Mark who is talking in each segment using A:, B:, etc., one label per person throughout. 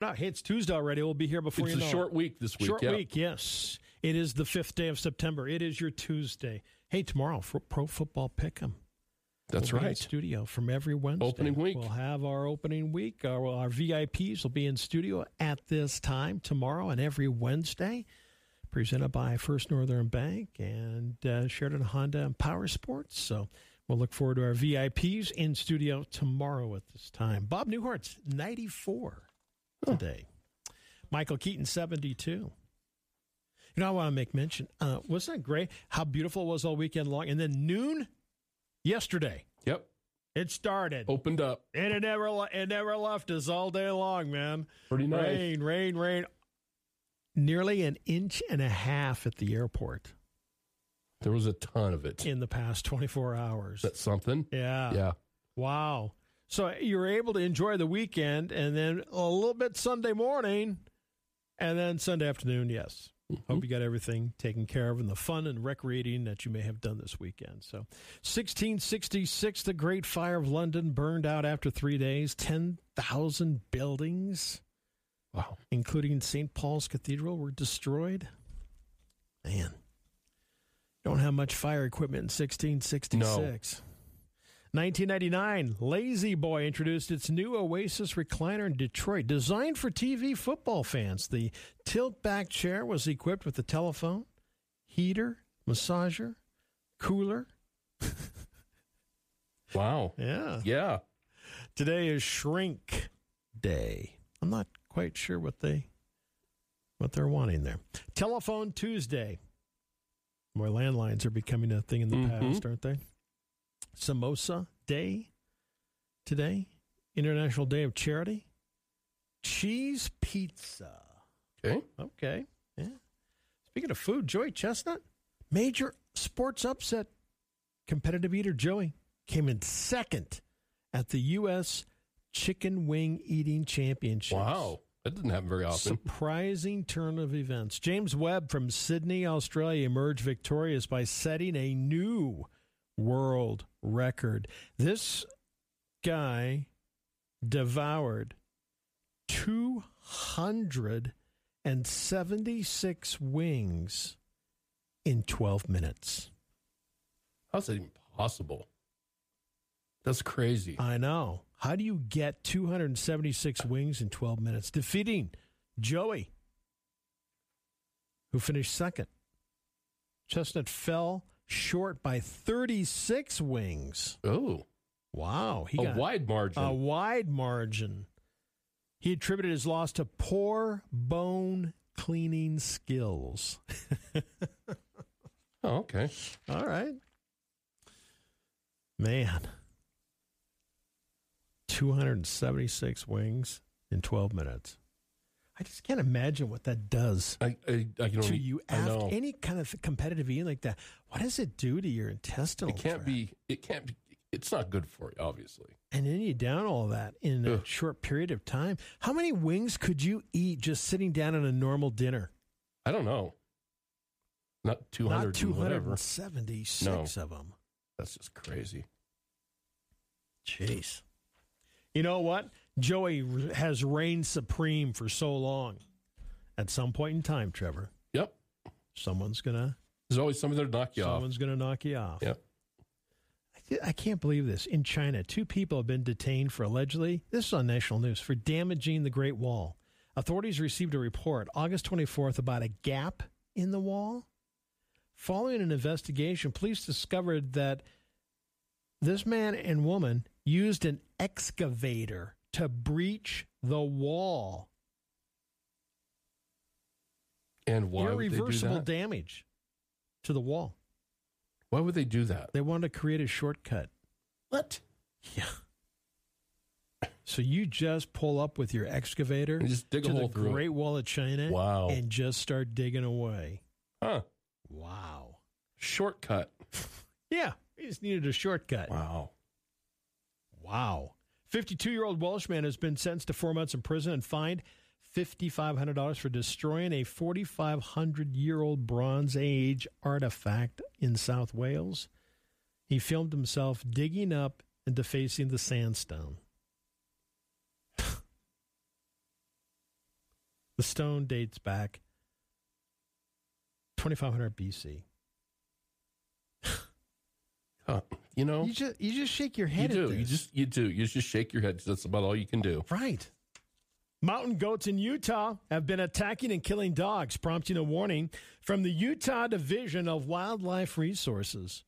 A: No, hey, it's Tuesday already. We'll be here before
B: it's
A: you
B: a
A: know it.
B: short week this week.
A: Short
B: yeah.
A: week, yes. It is the fifth day of September. It is your Tuesday. Hey, tomorrow for Pro Football Pick'em.
B: That's
A: We'll be in
B: right.
A: studio from every Wednesday.
B: Opening week.
A: We'll have our opening week. Our, well, our VIPs will be in studio at this time tomorrow and every Wednesday. Presented by First Northern Bank and uh, Sheridan Honda and Power Sports. So we'll look forward to our VIPs in studio tomorrow at this time. Bob Newhart's 94 today. Michael Keaton, 72. You know, I want to make mention. Uh, wasn't that great? How beautiful it was all weekend long. And then noon yesterday,
B: Yep.
A: it started.
B: Opened up.
A: And it never le- it never left us all day long, man.
B: Pretty nice.
A: Rain, rain, rain. Nearly an inch and a half at the airport
B: There was a ton of it.
A: in the past 24 hours.
B: That's something.
A: yeah.
B: yeah.
A: Wow. So you were able to enjoy the weekend and then a little bit Sunday morning and then Sunday afternoon, yes. Hope you got everything taken care of and the fun and recreating that you may have done this weekend. So, 1666, the Great Fire of London burned out after three days, 10,000 buildings,
B: Wow.
A: including St. Paul's Cathedral, were destroyed. Man, don't have much fire equipment in 1666. 1999, Lazy Boy introduced its new Oasis recliner in Detroit, designed for TV football fans. The tilt back chair was equipped with a telephone, heater, massager, cooler.
B: Wow.
A: Yeah.
B: Yeah.
A: Today is Shrink Day. I'm not quite sure what they what they're wanting there. Telephone Tuesday. More landlines are becoming a thing in the
B: Mhm.
A: past, aren't they? Samosa Day today. International Day of Charity. Cheese pizza.
B: Okay.
A: Okay. Yeah. Speaking of food, Joey Chestnut, major sports upset. Competitive eater Joey came in second at the U.S. Chicken Wing Eating Championships.
B: Wow. That didn't happen very often.
A: Surprising turn of events. James Webb from Sydney, Australia, emerged victorious by setting a new world record. This guy devoured 276 wings in 12 minutes.
B: How's that even possible? That's crazy.
A: I know. How do you get 276 wings in 12 minutes? Defeating Joey, who finished second. Chestnut fell short by 36 wings.
B: oh,
A: Wow. He
B: a
A: got
B: wide margin.
A: a wide margin. He attributed his loss to poor bone cleaning skills.
B: oh, okay.
A: All right. Man. 276 wings in 12 minutes. I just can't imagine what that does
B: I, I, I can
A: to
B: only,
A: you
B: e-, I
A: after
B: know.
A: any kind of competitive eating like that. What does it do to your intestinal
B: It can't
A: tract?
B: be. It can't be. It's not good for you, obviously.
A: And then you down all that in a
B: Ugh.
A: short period of time. How many wings could you eat just sitting down at a normal dinner?
B: I don't know. Not two hundred.
A: Not
B: Whatever.
A: 276 of them.
B: That's just crazy.
A: Jeez. You know what? Joey r- has reigned supreme for so long. At some point in time, Trevor,
B: Yep.
A: someone's gonna
B: There's always somebody that'll knock you off.
A: someone's gonna knock you off.
B: Yep.
A: I ca- I can't believe this. In China, two people have been detained for allegedly, this is on national news, for damaging the Great Wall. Authorities received a report August 24th about a gap in the wall. Following an investigation, police discovered that this man and woman used an excavator to breach the wall.
B: And why would they do
A: Irreversible
B: that?
A: damage to the wall.
B: Why would they do that?
A: They wanted to create a shortcut.
B: What?
A: Yeah. So you just pull up with your excavator
B: And just dig a
A: to
B: hole
A: the
B: through it.
A: Great Wall of China
B: Wow.
A: and just start digging away.
B: Huh?
A: Wow.
B: Shortcut.
A: Yeah, we just needed a shortcut.
B: Wow.
A: Wow. 52 year old Welshman has been sentenced to four months in prison and fined $5,500 for destroying a 4,500 year old Bronze Age artifact in South Wales. He filmed himself digging up and defacing the sandstone. The stone dates back 2500 BC.
B: Huh. You know,
A: You just you just shake your
B: you
A: head. at
B: do. You
A: this.
B: just you do. You just shake your head. 'cause That's about all you can do.
A: Right. Mountain goats in Utah have been attacking and killing dogs, prompting a warning from the Utah Division of Wildlife Resources.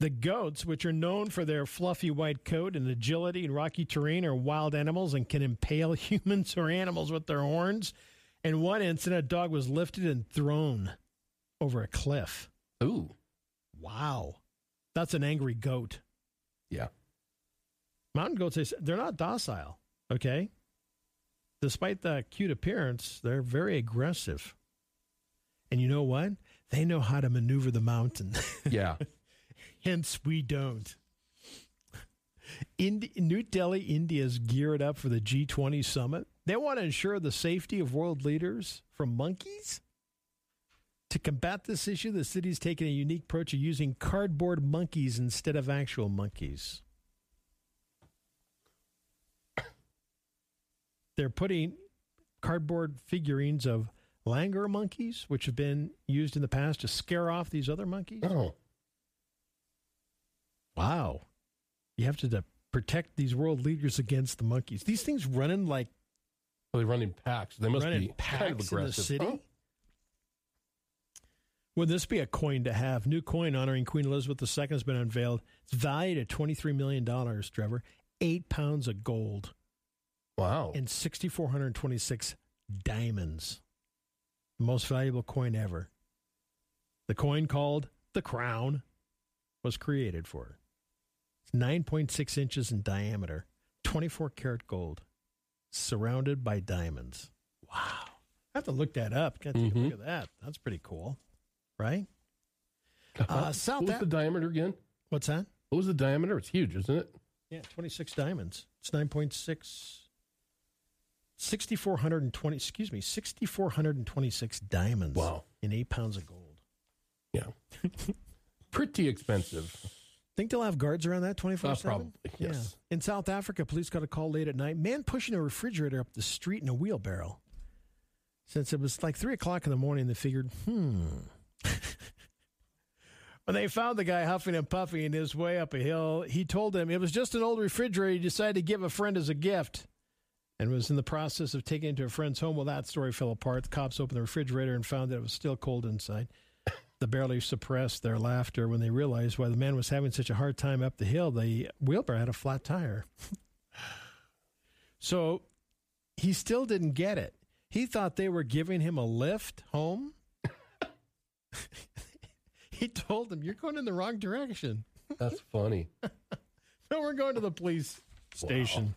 A: The goats, which are known for their fluffy white coat and agility in rocky terrain, are wild animals and can impale humans or animals with their horns. In one incident, a dog was lifted and thrown over a cliff.
B: Ooh,
A: Wow. That's an angry goat.
B: yeah.
A: Mountain goats, they, s- they're not docile, okay? Despite the cute appearance, they're very aggressive. And you know what? They know how to maneuver the mountain.
B: Yeah.
A: Hence, we don't. Indi- New Delhi, India is geared up for the G20 summit. They want to ensure the safety of world leaders from monkeys. To combat this issue, the city's taken a unique approach of using cardboard monkeys instead of actual monkeys. They're putting cardboard figurines of langur monkeys, which have been used in the past to scare off these other monkeys.
B: oh,
A: Wow. You have to, to protect these world leaders against the monkeys. These things running like
B: well, they run in packs. They must
A: running
B: be
A: packs
B: kind of
A: in the
B: aggressive. Oh,
A: city.
B: Huh?
A: Would this be a coin to have? New coin honoring Queen Elizabeth II has been unveiled. It's valued at $23 million, Trevor. Eight pounds of gold
B: Wow.
A: and 6,426 diamonds. Most valuable coin ever. The coin called the crown was created for her. It's 9.6 inches in diameter, 24 karat gold, surrounded by diamonds. Wow. I have to look that up. Gotta take a
B: Mhm.
A: look at that. That's pretty cool, right?
B: Huh?
A: uh, South
B: what was
A: Af-
B: the diameter again?
A: What's that?
B: What was the diameter? It's huge, isn't it?
A: Yeah, 26 diamonds. It's 9.6. 6,420, excuse me, 6,426 diamonds.
B: Wow.
A: In eight pounds of gold.
B: Yeah. Pretty expensive.
A: Think they'll have guards around that 24 7?
B: Uh, probably, yes.
A: In South Africa, police got a call late at night. Man pushing a refrigerator up the street in a wheelbarrow. Since it was like 3 o'clock in the morning, they figured, hmm. when they found the guy huffing and puffing in his way up a hill, he told them it was just an old refrigerator he decided to give a friend as a gift and was in the process of taking it to a friend's home. Well, that story fell apart. The cops opened the refrigerator and found that it was still cold inside. The barely suppressed their laughter when they realized why the man was having such a hard time up the hill. The wheelbarrow had a flat tire. so he still didn't get it. He thought they were giving him a lift home. he told them, You're going in the wrong direction.
B: That's funny.
A: No, we're going to the police station.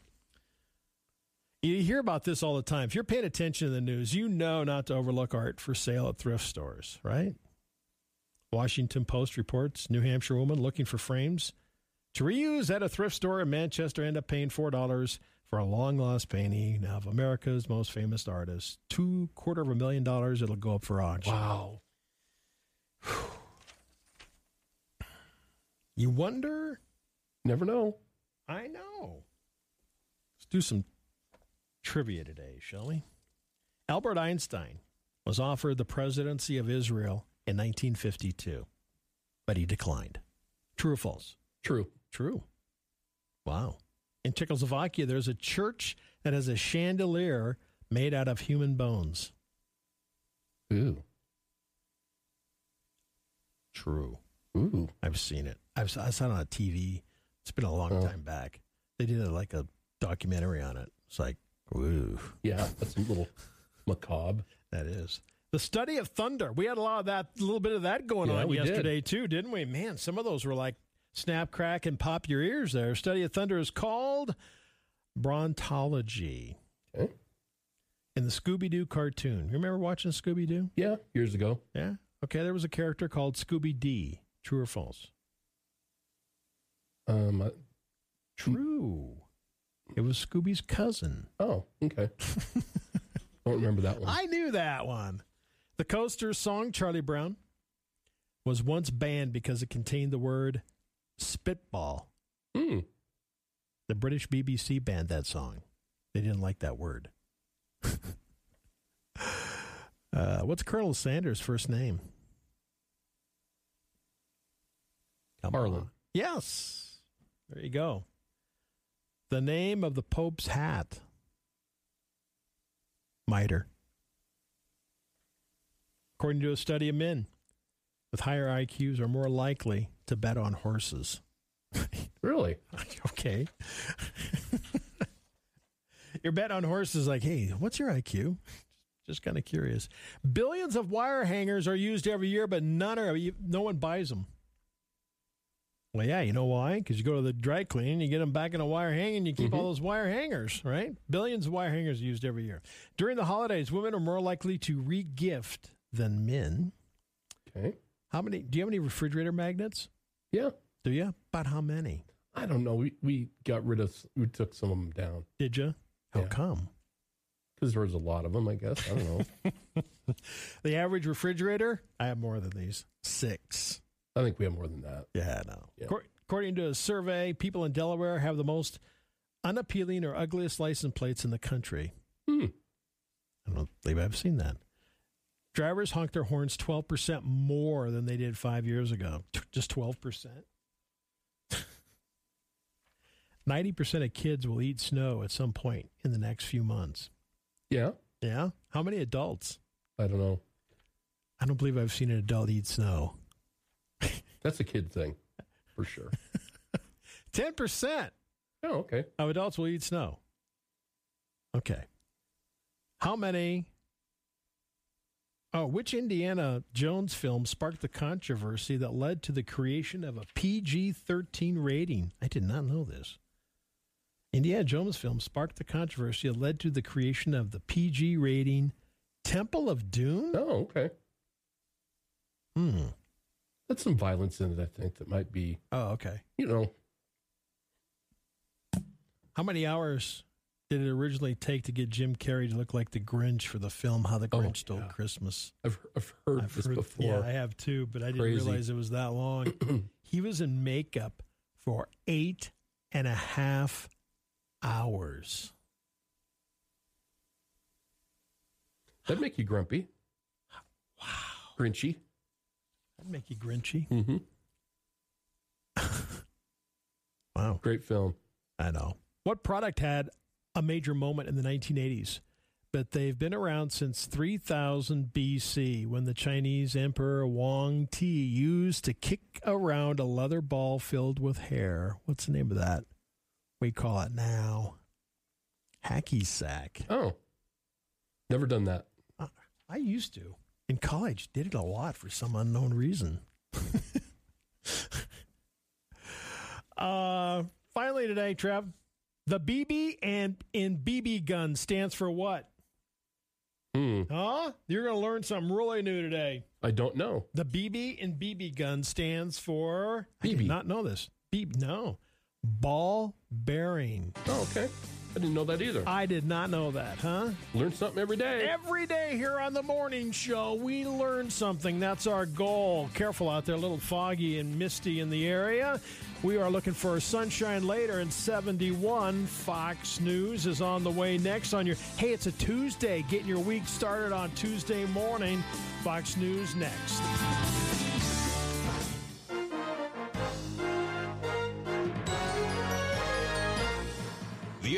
A: You hear about this all the time. If you're paying attention to the news, you know not to overlook art for sale at thrift stores, right? Washington Post reports New Hampshire woman looking for frames to reuse at a thrift store in Manchester end up paying $4 for a long lost painting of America's most famous artist. Two quarter of a million dollars, it'll go up for auction.
B: Wow.
A: You wonder?
B: Never know.
A: I know. Let's do some trivia today, shall we? Albert Einstein was offered the presidency of Israel in 1952, but he declined. True or false?
B: True.
A: True. Wow. In Czechoslovakia, there's a church that has a chandelier made out of human bones.
B: Ooh.
A: True.
B: Ooh.
A: I've seen it. I've I saw it on TV. It's been a long
B: Oh.
A: time back. They did a, like a documentary on it. It's like, ooh.
B: Yeah, that's a little macabre.
A: That is. The study of thunder. We had a lot of that, a little bit of that going
B: Yeah,
A: on
B: we did.
A: yesterday, too, didn't we? Man, some of those were like snap, crack, and pop your ears there. Study of thunder is called brontology
B: Okay.
A: in the Scooby Doo cartoon. You remember watching Scooby Doo?
B: Yeah, years ago.
A: Yeah. Okay, there was a character called Scooby D. True or false?
B: Um. uh,
A: True. It was Scooby's cousin.
B: Oh, okay. Don't remember that one.
A: I knew that one. The coaster song Charlie Brown was once banned because it contained the word spitball.
B: Hmm.
A: The British BBC banned that song. They didn't like that word. Uh, what's Colonel Sanders' first name? Come
B: Harlan.
A: on. Yes. There you go. The name of the Pope's hat. Mitre. According to a study of men with higher IQs are more likely to bet on horses.
B: Really?
A: okay. your bet on horses, like, hey, what's your IQ? Just kind of curious. Billions of wire hangers are used every year, but none are. No one buys them. Well, yeah, you know why? Because you go to the dry clean, you get them back in a wire hang, and you keep all those wire hangers, right? Billions of wire hangers are used every year. During the holidays, women are more likely to re-gift than men.
B: Okay.
A: How many? Do you have any refrigerator magnets?
B: Yeah.
A: Do you? About how many?
B: I don't know. We, we got rid of, s- we took some of them down
A: Did you? How
B: Yeah.
A: come?
B: because there was a lot of them, I guess. I don't know.
A: The average refrigerator, I have more than these. Six.
B: I think we have more than that.
A: Yeah, no.
B: Yeah.
A: According to a survey, people in Delaware have the most unappealing or ugliest license plates in the country.
B: Hmm.
A: I don't believe I've seen that. Drivers honk their horns 12% more than they did five years ago. T- Just 12%. 90% of kids will eat snow at some point in the next few months.
B: Yeah.
A: Yeah? How many adults?
B: I don't know.
A: I don't believe I've seen an adult eat snow.
B: That's a kid thing for sure.
A: 10%
B: oh, okay.
A: of adults will eat snow. Okay. How many? Oh, which Indiana Jones film sparked the controversy that led to the creation of a PG 13 rating? I did not know this. Indiana Jones film sparked the controversy that led to the creation of the PG rating Temple of Doom?
B: Oh, okay.
A: Hmm.
B: That's some violence in it, I think, that might be,
A: Oh, okay.
B: you know,
A: How many hours did it originally take to get Jim Carrey to look like the Grinch for the film How the
B: Oh,
A: Grinch Stole
B: yeah.
A: Christmas?
B: I've, I've heard
A: I've
B: this
A: heard- Yeah, I
B: before.
A: have too, but I didn't
B: Crazy.
A: realize it was that long. he was in makeup for eight and a half hours.
B: That'd make you grumpy. Wow. Grinchy.
A: That'd make you grinchy.
B: Mm-hmm.
A: Wow.
B: Great film.
A: I know. What product had a major moment in the 1980s? But they've been around since 3000 BC when the Chinese Emperor Wang Ti used to kick around a leather ball filled with hair. What's the name of that? We call it now hacky sack.
B: Oh, never done that.
A: I used to in college. Did it a lot for some unknown reason. uh, finally today, Trev, the BB and in BB gun stands for what?
B: Hmm.
A: Huh? You're going to learn something really new today.
B: I don't know.
A: The BB and BB gun stands for. I
B: BB.
A: did not know this. BB. No, ball bearing.
B: Oh, okay. I didn't know that either.
A: I did not know that, huh?
B: Learn something every day.
A: Every day here on the morning show, we learn something. That's our goal. Careful out there, a little foggy and misty in the area. We are looking for sunshine later in 71. Fox News is on the way next on your Hey, it's a Tuesday. Getting your week started on Tuesday morning. Fox News next.
C: The